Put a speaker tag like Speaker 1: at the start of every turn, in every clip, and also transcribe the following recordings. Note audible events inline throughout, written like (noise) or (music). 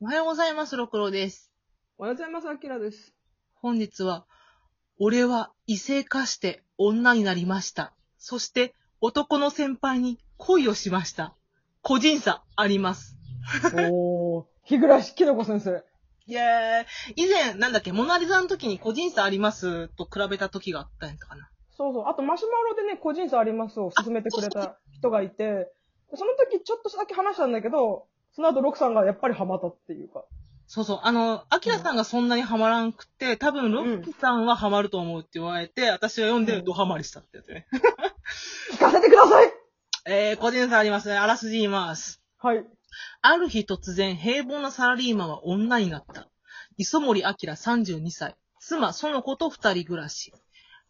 Speaker 1: おはようございます、六郎です。
Speaker 2: おはようございます、あきらです。
Speaker 1: 本日は、俺は異性化して女になりました。そして、男の先輩に恋をしました。個人差あります。
Speaker 2: おー、日暮きのこ先生。
Speaker 1: いやー、以前、なんだっけ、モナリザの時に個人差ありますと比べた時があったんやったかな。
Speaker 2: そうそう。あと、マシュマロでね、個人差ありますを勧めてくれた人がいて、その時ちょっとだけ話したんだけど、その後、ロクさんがやっぱりハマったっていうか。
Speaker 1: そうそう。あの、アキラさんがそんなにハマらんくて、多分、ロッキーさんはハマると思うって言われて、私は読んでドハマりしたってやつね。
Speaker 2: 聞かせてください
Speaker 1: えー、個人差ありますね。あらすじ言います。
Speaker 2: はい。
Speaker 1: ある日突然、平凡なサラリーマンは女になった。磯森明32歳。妻、園子と二人暮らし。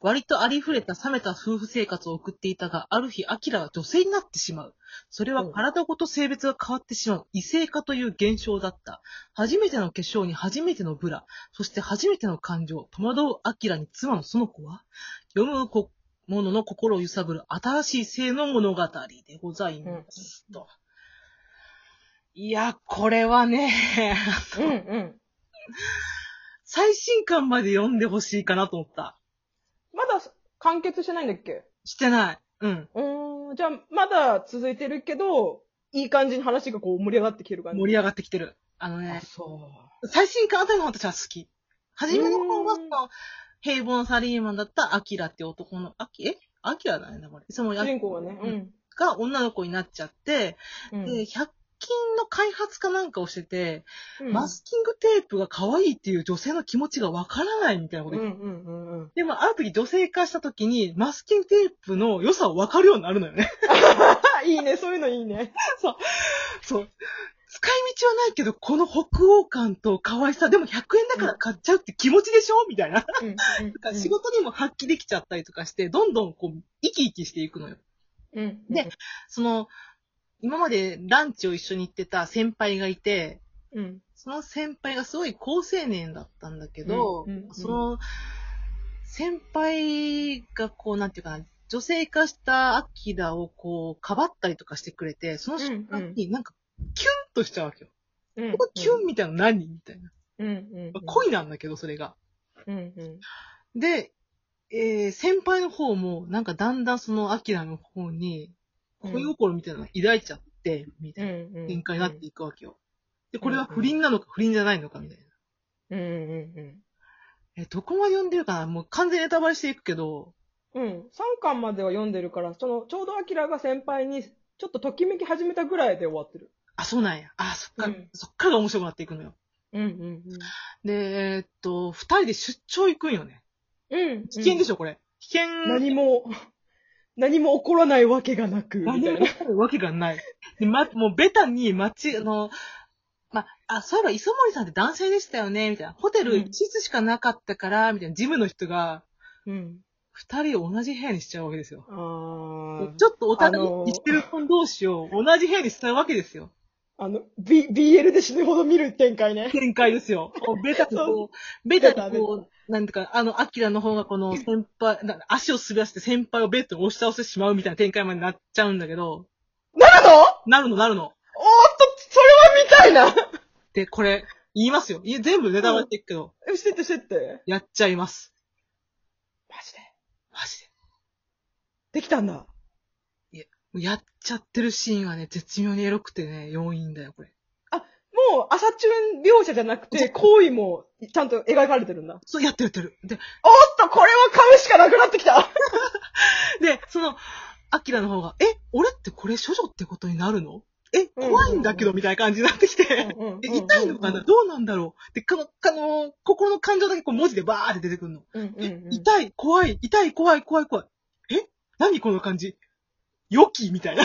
Speaker 1: 割とありふれた冷めた夫婦生活を送っていたが、ある日、明は女性になってしまう。それは体ごと性別が変わってしまう異性化という現象だった。初めての化粧に初めてのブラ、そして初めての感情、戸惑う明に妻の園子は、読むこものの心を揺さぶる新しい性の物語でございます。と。いや、これはね、 (laughs)
Speaker 2: うんうん。
Speaker 1: 最新刊まで読んでほしいかなと思った。
Speaker 2: まだ完結してないんだっけ
Speaker 1: してない。うん。
Speaker 2: うーん。じゃあ、まだ続いてるけど、いい感じに話がこう盛り上がってきてる感じ。
Speaker 1: 盛り上がってきてる。あの
Speaker 2: あ
Speaker 1: ね、
Speaker 2: そう。
Speaker 1: 最新刊あたりの私は好き。初めの頃は
Speaker 2: う
Speaker 1: そ
Speaker 2: ーん
Speaker 1: の、平凡サラリーマンだったアキラって男の、アキ、えアキラだよね、これ。その
Speaker 2: 主
Speaker 1: 役
Speaker 2: 人公がね。
Speaker 1: が女の子になっちゃって、
Speaker 2: うん。
Speaker 1: で、100均の開発かなんかをしてて、
Speaker 2: うん。
Speaker 1: マスキングテープが可愛いっていう女性の気持ちがわからないみたいなこ
Speaker 2: う
Speaker 1: と
Speaker 2: んう
Speaker 1: 言って、
Speaker 2: んうん (laughs) うん。
Speaker 1: でも、ある時女性化した時に、マスキングテープの良さをわかるようになるのよね。 (laughs)
Speaker 2: あ、いいね、そういうのいいね。
Speaker 1: そう。使い道はないけど、この北欧感と可愛さ、でも100円だから買っちゃうって気持ちでしょみたいな。
Speaker 2: うんうんうん
Speaker 1: (laughs) 仕事にも発揮できちゃったりとかして、どんどんこう、生き生きしていくのよ。
Speaker 2: うん。
Speaker 1: でその、今までランチを一緒に行ってた先輩がいて、
Speaker 2: うん。
Speaker 1: その先輩がすごい好青年だったんだけど、
Speaker 2: うんうんうん
Speaker 1: その、先輩がこう、なんていうかな、女性化したアキラをこう、かばったりとかしてくれて、その瞬間になんか、キュンとしちゃうわけよ。
Speaker 2: うん
Speaker 1: ここキュンみたいなの何みたいな。
Speaker 2: うんうん。
Speaker 1: 恋なんだけど、それが。
Speaker 2: うんうん。
Speaker 1: で、えー先輩の方も、なんかだんだんそのアキラの方に、恋心みたいなのを抱いちゃって、みた
Speaker 2: う
Speaker 1: い
Speaker 2: ん
Speaker 1: な
Speaker 2: うん。
Speaker 1: 展開になっていくわけよ。で、これは
Speaker 2: うんうん
Speaker 1: 不倫なのか不倫じゃないのか、みたいな。
Speaker 2: うんうん
Speaker 1: え、どこまで読んでるかなもう完全にネタバレしていくけど、
Speaker 2: うん。うん。3巻までは読んでるから、その、ちょうどアキラが先輩に、ちょっとときめき始めたぐらいで終わってる。
Speaker 1: あ、そうなんや。あ、そっから、
Speaker 2: うん
Speaker 1: そっからが面白くなっていくのよ。
Speaker 2: うんうん
Speaker 1: で、えーっと、二人で出張行くんよね。
Speaker 2: うん。うん。
Speaker 1: 危険で
Speaker 2: し
Speaker 1: しょ、これ。危険。
Speaker 2: ょ何も、何も起こらないわけがなく、みたい
Speaker 1: 何も
Speaker 2: な。
Speaker 1: 起こるわけが
Speaker 2: (laughs)
Speaker 1: ない。で、ま、もうベタに街、あの、ま、あ、そういえば磯森さんって男性でしたよね、みたいな。ホテル
Speaker 2: うん
Speaker 1: 一室しかなかったから、みたいな、ジムの人が、
Speaker 2: うん。
Speaker 1: 二人を同じ部屋にしちゃうわけですよ。
Speaker 2: ああ。
Speaker 1: ちょっとお互い
Speaker 2: あのー
Speaker 1: 生きてる分同士を同じ部屋にしちゃうわけですよ。
Speaker 2: あの、B、BL で死ぬほど見る展開ね。
Speaker 1: 展開ですよ。こうベタにこう、ベタにこう、なんていうか、あの、アキラの方がこの先輩、な足を滑らせて先輩をベッドに押し倒してしまうみたいな展開までなっちゃうんだけど、
Speaker 2: なるのおーっ
Speaker 1: なるのなるの。
Speaker 2: と、それは見たい
Speaker 1: で、これ、言いますよ。いや全部ネタバレしていくけど、
Speaker 2: なしてってしてって。
Speaker 1: やっちゃいます。
Speaker 2: マジで。
Speaker 1: マジで。
Speaker 2: できたんだ。
Speaker 1: もうやっちゃってるシーンがね、絶妙にエロくてね、要因だよ、これ。
Speaker 2: もう、朝チュン描写じゃなくて、行為も、ちゃんと描かれてるんだ。おっ
Speaker 1: そう、やってるやってる。で、
Speaker 2: と、これは買うしかなくなってきた
Speaker 1: で、その、アキラの方が、え、俺ってこれ処女ってことになるのえ、怖いんだけど、みたいな感じになってきて。で痛いのかなどうなんだろうで、この、あの、心の感情だけこう文字でバーって出てくるの。
Speaker 2: うんうんうん
Speaker 1: 痛い、怖い、痛い、怖い、怖い、怖い。え何この感じ良きみたいな。 (laughs)
Speaker 2: あ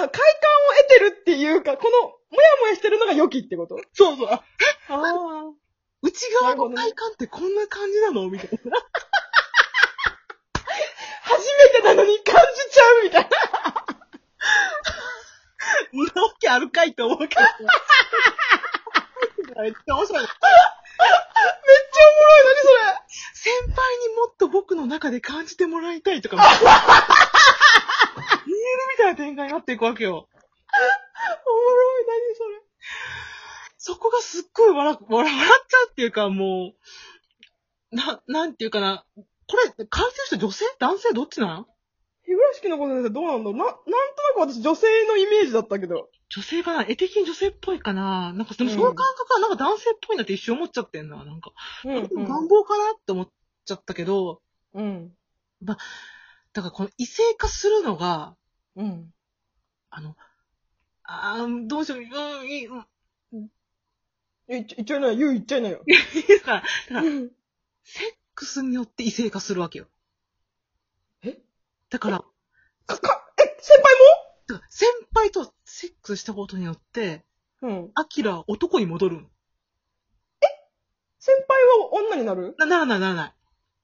Speaker 2: の、快感を得てるっていうか、この、もやもやしてるのが良きってこと
Speaker 1: そうそう。あ
Speaker 2: ああ。
Speaker 1: 内側の体感ってこんな感じなのみたいな。
Speaker 2: 初めてなのに感じちゃうみたいな。
Speaker 1: んなわけあるかいって思うけど。 (laughs) めっちゃ面白い。
Speaker 2: めっちゃおもろい、
Speaker 1: 先輩にもっと僕の中で感じてもらいたいと (laughs) か。言えるみたいな展開になっていくわけよ。
Speaker 2: 何それ。おも
Speaker 1: そこがすっごい笑、笑、笑っちゃうっていうか、もう、な、なんていうかな。これ、書いてる人女性男性どっちなん
Speaker 2: 日暮式の子先生どうなんだろうな、なんとなく私女性のイメージだったけど。
Speaker 1: 女性かな絵的に女性っぽいかななんか、でもその感覚はなんか男性っぽいなって一瞬思っちゃってんな。なんか、
Speaker 2: う
Speaker 1: 願
Speaker 2: ん、うん。
Speaker 1: 望かなって思っちゃったけど、
Speaker 2: うん。
Speaker 1: だからこの異性化するのが、
Speaker 2: うん。
Speaker 1: あの、あーどうしよう、うん、いい、うん、
Speaker 2: い言っちゃいなよ。言う言っちゃいなよ。
Speaker 1: いいから、や
Speaker 2: うん
Speaker 1: セックスによって異性化するわけよ。
Speaker 2: え
Speaker 1: だから、
Speaker 2: か、か、え、先
Speaker 1: だから先輩とセックスしたことによって、
Speaker 2: 輩もうん。
Speaker 1: アキラは男に戻るの。
Speaker 2: 先輩は女になる
Speaker 1: な、ならない、ならない。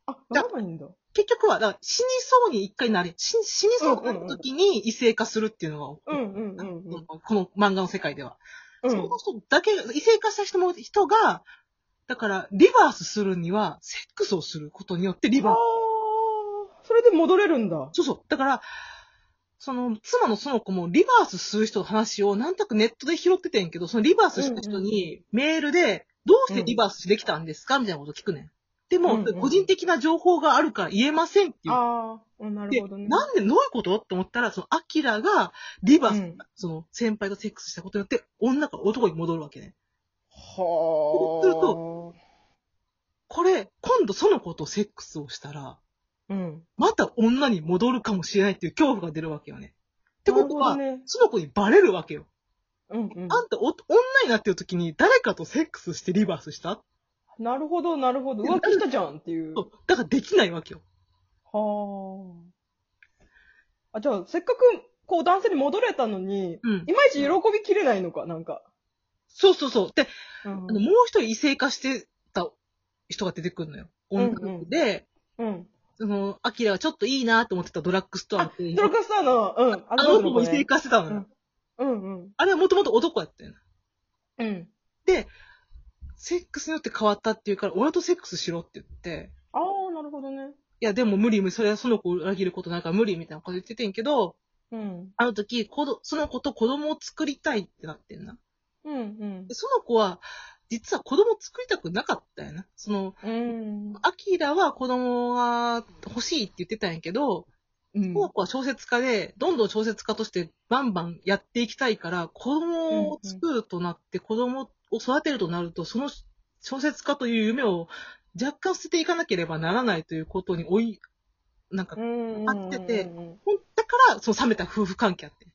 Speaker 2: あ、ならないんだ。
Speaker 1: 結局は、だから死にそうに一回なれ、死死にそうになった時に異性化するっていうの
Speaker 2: う
Speaker 1: が、
Speaker 2: んうんうんう
Speaker 1: なん
Speaker 2: ん。
Speaker 1: かこの漫画の世界では。
Speaker 2: う
Speaker 1: そ
Speaker 2: ん
Speaker 1: の。人だけ、異性化した人も、人が、だから、リバースするには、セックスをすることによってリバ
Speaker 2: あ
Speaker 1: ー
Speaker 2: ー
Speaker 1: ス。
Speaker 2: それで戻れるんだ。
Speaker 1: そうそう。だから、その、妻のその子もリバースする人の話をなんとなくネットで拾っててんけど、そのリバースした人にメールで、どうしてリバースできたんですかみたいなこと聞くねん。でも、
Speaker 2: うんうん
Speaker 1: 個人的な情報があるから言えませんっていう。
Speaker 2: ああ、なる
Speaker 1: で、
Speaker 2: ほどね。
Speaker 1: なんで、どういうことって思ったら、その、アキラが、リバース、
Speaker 2: うん
Speaker 1: その、先輩とセックスしたことによって、女から男に戻るわけね。
Speaker 2: はあ。
Speaker 1: するとこれ、今度その子とセックスをしたら、
Speaker 2: うん。
Speaker 1: また女に戻るかもしれないっていう恐怖が出るわけよね。ってことは、
Speaker 2: なるほどね
Speaker 1: その子にバレるわけよ。
Speaker 2: うんうん。
Speaker 1: あんたお、女になってる時に誰かとセックスしてリバースした
Speaker 2: なるほど、なるほど。浮気したじゃんっていう。
Speaker 1: そうだからできないわけよ。
Speaker 2: はあ。あ、じゃあ、せっかく、こう、男性に戻れたのに、
Speaker 1: うん。
Speaker 2: いまいち喜びきれないのか、なんか。
Speaker 1: そうそうそう。で、
Speaker 2: うん
Speaker 1: あのもう一人異性化してた人が出てくるのよ。
Speaker 2: うんう
Speaker 1: 女
Speaker 2: ん
Speaker 1: の子で、
Speaker 2: うん。
Speaker 1: その、アキラがちょっといいなと思ってたドラッグストアの店員
Speaker 2: ドラッグスターの、うん、あ
Speaker 1: あの子
Speaker 2: の子
Speaker 1: も
Speaker 2: も
Speaker 1: 異性
Speaker 2: ね。
Speaker 1: 化してたのよ。
Speaker 2: うんうんうん。
Speaker 1: あれはもともと男やったよな。
Speaker 2: うん。
Speaker 1: セックスによって変わったっていうから、俺とセックスしろって言って、
Speaker 2: ああ、なるほどね。
Speaker 1: いや、でも無理無理、それはその子を裏切ることなんか無理みたいなこと言っててんけど、
Speaker 2: うん。
Speaker 1: あの時、子どその子と子供を作りたいってなってんな。
Speaker 2: うんうん
Speaker 1: で、。その子は、実は子供作りたくなかったよな。その、
Speaker 2: うん。
Speaker 1: アキラは子供が欲しいって言ってたんやけど、
Speaker 2: うん
Speaker 1: この子は小説家で、どんどん小説家としてバンバンやっていきたいから、子供を作るとなって、子供を育てるとなると、その小説家という夢を若干捨てていかなければならないということに追い、なんか、合ってて
Speaker 2: うんうんうん
Speaker 1: ほんだから、その冷めた夫婦関係あって。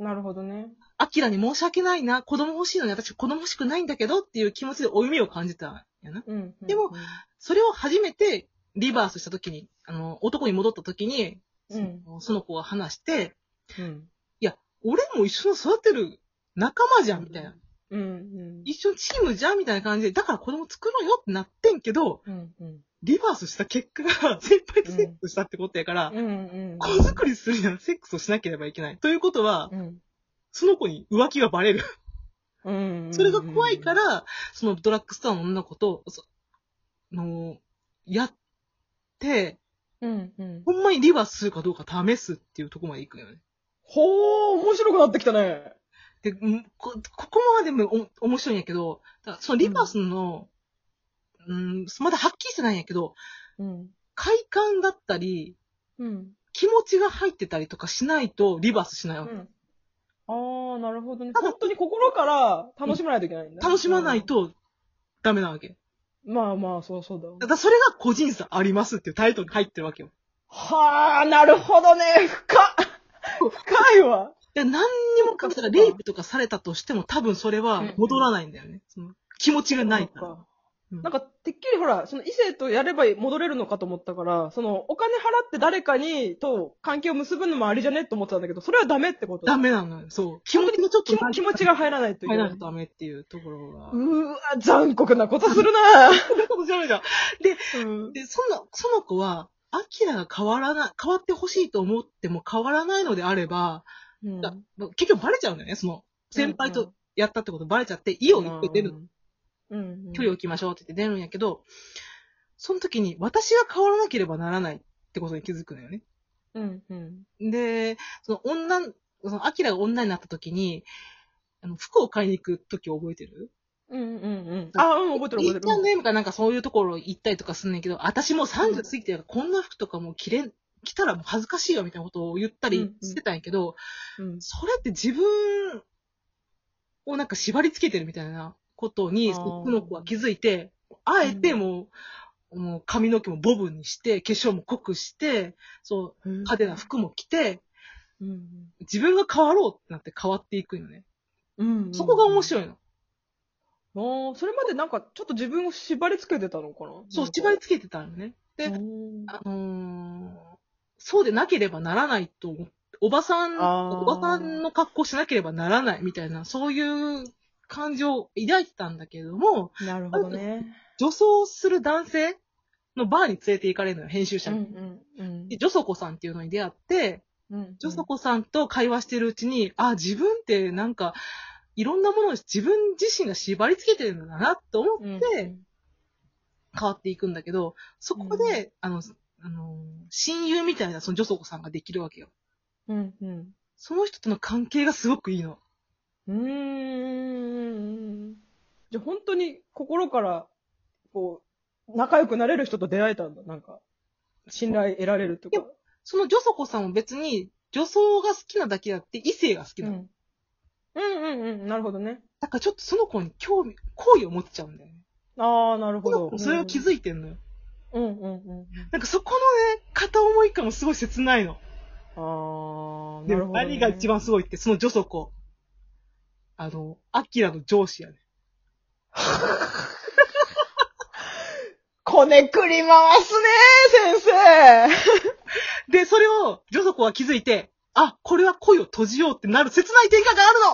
Speaker 2: うん。なるほどね。
Speaker 1: アキラに申し訳ないな、子供欲しいのに私子供欲しくないんだけどっていう気持ちで負い目を感じたんやな。
Speaker 2: うんうんうん。
Speaker 1: でもそれを初めてリバースした時に、あの、男に戻った時に、
Speaker 2: うん、
Speaker 1: その子が話して、
Speaker 2: うん。
Speaker 1: 俺も一緒に育てる仲間じゃん、みたいな。
Speaker 2: うんうん。
Speaker 1: 一緒にチームじゃん、みたいな感じで、だから子供作ろうよってなってんけど、
Speaker 2: うんうん。
Speaker 1: リバースした結果
Speaker 2: (laughs)
Speaker 1: が先輩とセックスしたってことやから、
Speaker 2: うんうん。
Speaker 1: 子作りするにはセックスをしなければいけない。ということは、
Speaker 2: うん
Speaker 1: その子に浮気がバレる。
Speaker 2: うん。
Speaker 1: それが怖いか、ら、そのドラッグストアの女の子と、その、やって、
Speaker 2: うんうん。
Speaker 1: ほんまにリバースするかどうか試すっていうところまで行くよね。
Speaker 2: ほー、面白くなってきたね。
Speaker 1: で、うんこ、ここまでもお面白いんやけど、だからそのリバースの、うん、まだはっきりしてないんやけど、
Speaker 2: うん。
Speaker 1: 快感だったり、
Speaker 2: うん。
Speaker 1: 気持ちが入ってたりとかしないとリバースしないわけ。
Speaker 2: ああ、なるほどね。
Speaker 1: ただ
Speaker 2: 本当に心から楽しまないといけないんだ。
Speaker 1: 楽しまないとダメなわけ。
Speaker 2: うん。まあまあ、そうそうだ
Speaker 1: だ
Speaker 2: わ。
Speaker 1: からそれが個人差ありますっていうタイトルに入ってるわけよ。
Speaker 2: はあ、なるほどね。深っ。深いわ。
Speaker 1: で何にもかけたらレイプとかされたとしても多分それは戻らないんだよね。その気持ちがないから。
Speaker 2: そっ
Speaker 1: うん
Speaker 2: かなんか、てっきりほら、その異性とやれば戻れるのかと思ったから、その、お金払って誰かに、と関係を結ぶのもありじゃねって思ってたんだけど、それはダメってこと
Speaker 1: ダメなのよ。そう。気持ちがちょっと
Speaker 2: 気も気持ちが入らないとい
Speaker 1: 入
Speaker 2: け
Speaker 1: ら
Speaker 2: な
Speaker 1: ない
Speaker 2: い。
Speaker 1: とダメっていうところが。
Speaker 2: うーわ、残酷なことするなぁ。
Speaker 1: 面白いじゃん。
Speaker 2: うん
Speaker 1: で、その、その子は、アキラが変わらない、変わってほしいと思っても変わらないのであれば、
Speaker 2: うん
Speaker 1: だ結局バレちゃうんだよね、その、先輩とやったってことバレちゃって、家を行って出る、
Speaker 2: うん。
Speaker 1: 距離を置きましょうって言って出るんやけど、その時に私が変わらなければならないってことに気づくのよね。
Speaker 2: うんうん。
Speaker 1: で、その女、そのアキラが女になった時に、あの、服を買いに行く時を覚えてる
Speaker 2: うんうんうん。
Speaker 1: あ
Speaker 2: あ、うん、覚えてる
Speaker 1: い
Speaker 2: 覚え
Speaker 1: ってちゃん
Speaker 2: る。
Speaker 1: の M かなんかそういうところ行ったりとかすんねんけど、私もう30過ぎて、こんな服とかもう着れん、着たらもう恥ずかしいよみたいなことを言った
Speaker 2: う
Speaker 1: り
Speaker 2: んうん
Speaker 1: してたんやけど、
Speaker 2: うん。
Speaker 1: それって自分をなんか縛り付けてるみたいなことに、
Speaker 2: あー
Speaker 1: その子は気づいて、あえてもう、もう髪の毛もボブにして、化粧も濃くして、そう、派手な服も着て、
Speaker 2: うん。
Speaker 1: 自分が変わろうってなって変わっていくよね。
Speaker 2: うん。
Speaker 1: そこが面
Speaker 2: い。
Speaker 1: 白いの。
Speaker 2: あーそれまでなんか、ちょっと自分を縛り付けてたのかな
Speaker 1: そう、縛り付けてたのね。で、
Speaker 2: うん
Speaker 1: あのーそうでなければならないと思って、おばさん、
Speaker 2: あー
Speaker 1: おばさんの格好しなければならないみたいな、そういう感情を抱いてたんだけれども、
Speaker 2: なるほどね。
Speaker 1: 女装する男性のバーに連れて行かれるのよ、編集者に。
Speaker 2: うんうん
Speaker 1: で、ジョソコさんっていうのに出会って、
Speaker 2: うん。
Speaker 1: ジョソコさんと会話してるうちに、あ、自分ってなんか、いろんなものを自分自身が縛り付けてるんだなと思って
Speaker 2: うん
Speaker 1: 変わっていくんだけど、そこで、あの、あの、親友みたいなそのジョソコさんができるわけよ。
Speaker 2: うんうん。
Speaker 1: その人との関係がすごくいいの。
Speaker 2: うーん。じゃあ本当に心から、こう、仲良くなれる人と出会えたんだ。なんか、信頼得られるってこと。
Speaker 1: そのジョソコさんも別に女装が好きなだけだって異性が好きなの。
Speaker 2: ん。うんうんうん。なるほどね。
Speaker 1: だからちょっとその子に興味、好意を持っちゃうんだよね。
Speaker 2: ああ、なるほ
Speaker 1: その
Speaker 2: ど
Speaker 1: 子。それを気づいてんのよ。
Speaker 2: うんうんうん。
Speaker 1: なんかそこのね、片思い感もすごい切ないの。
Speaker 2: ああ、
Speaker 1: で
Speaker 2: なるほど、ね。
Speaker 1: 何が一番すごいって、その女祖子。あの、アキラの上司やね。
Speaker 2: こねくり回すね先
Speaker 1: で、それを女祖子は気づいて、あ、これは恋を閉じようってなる切ない展開があるの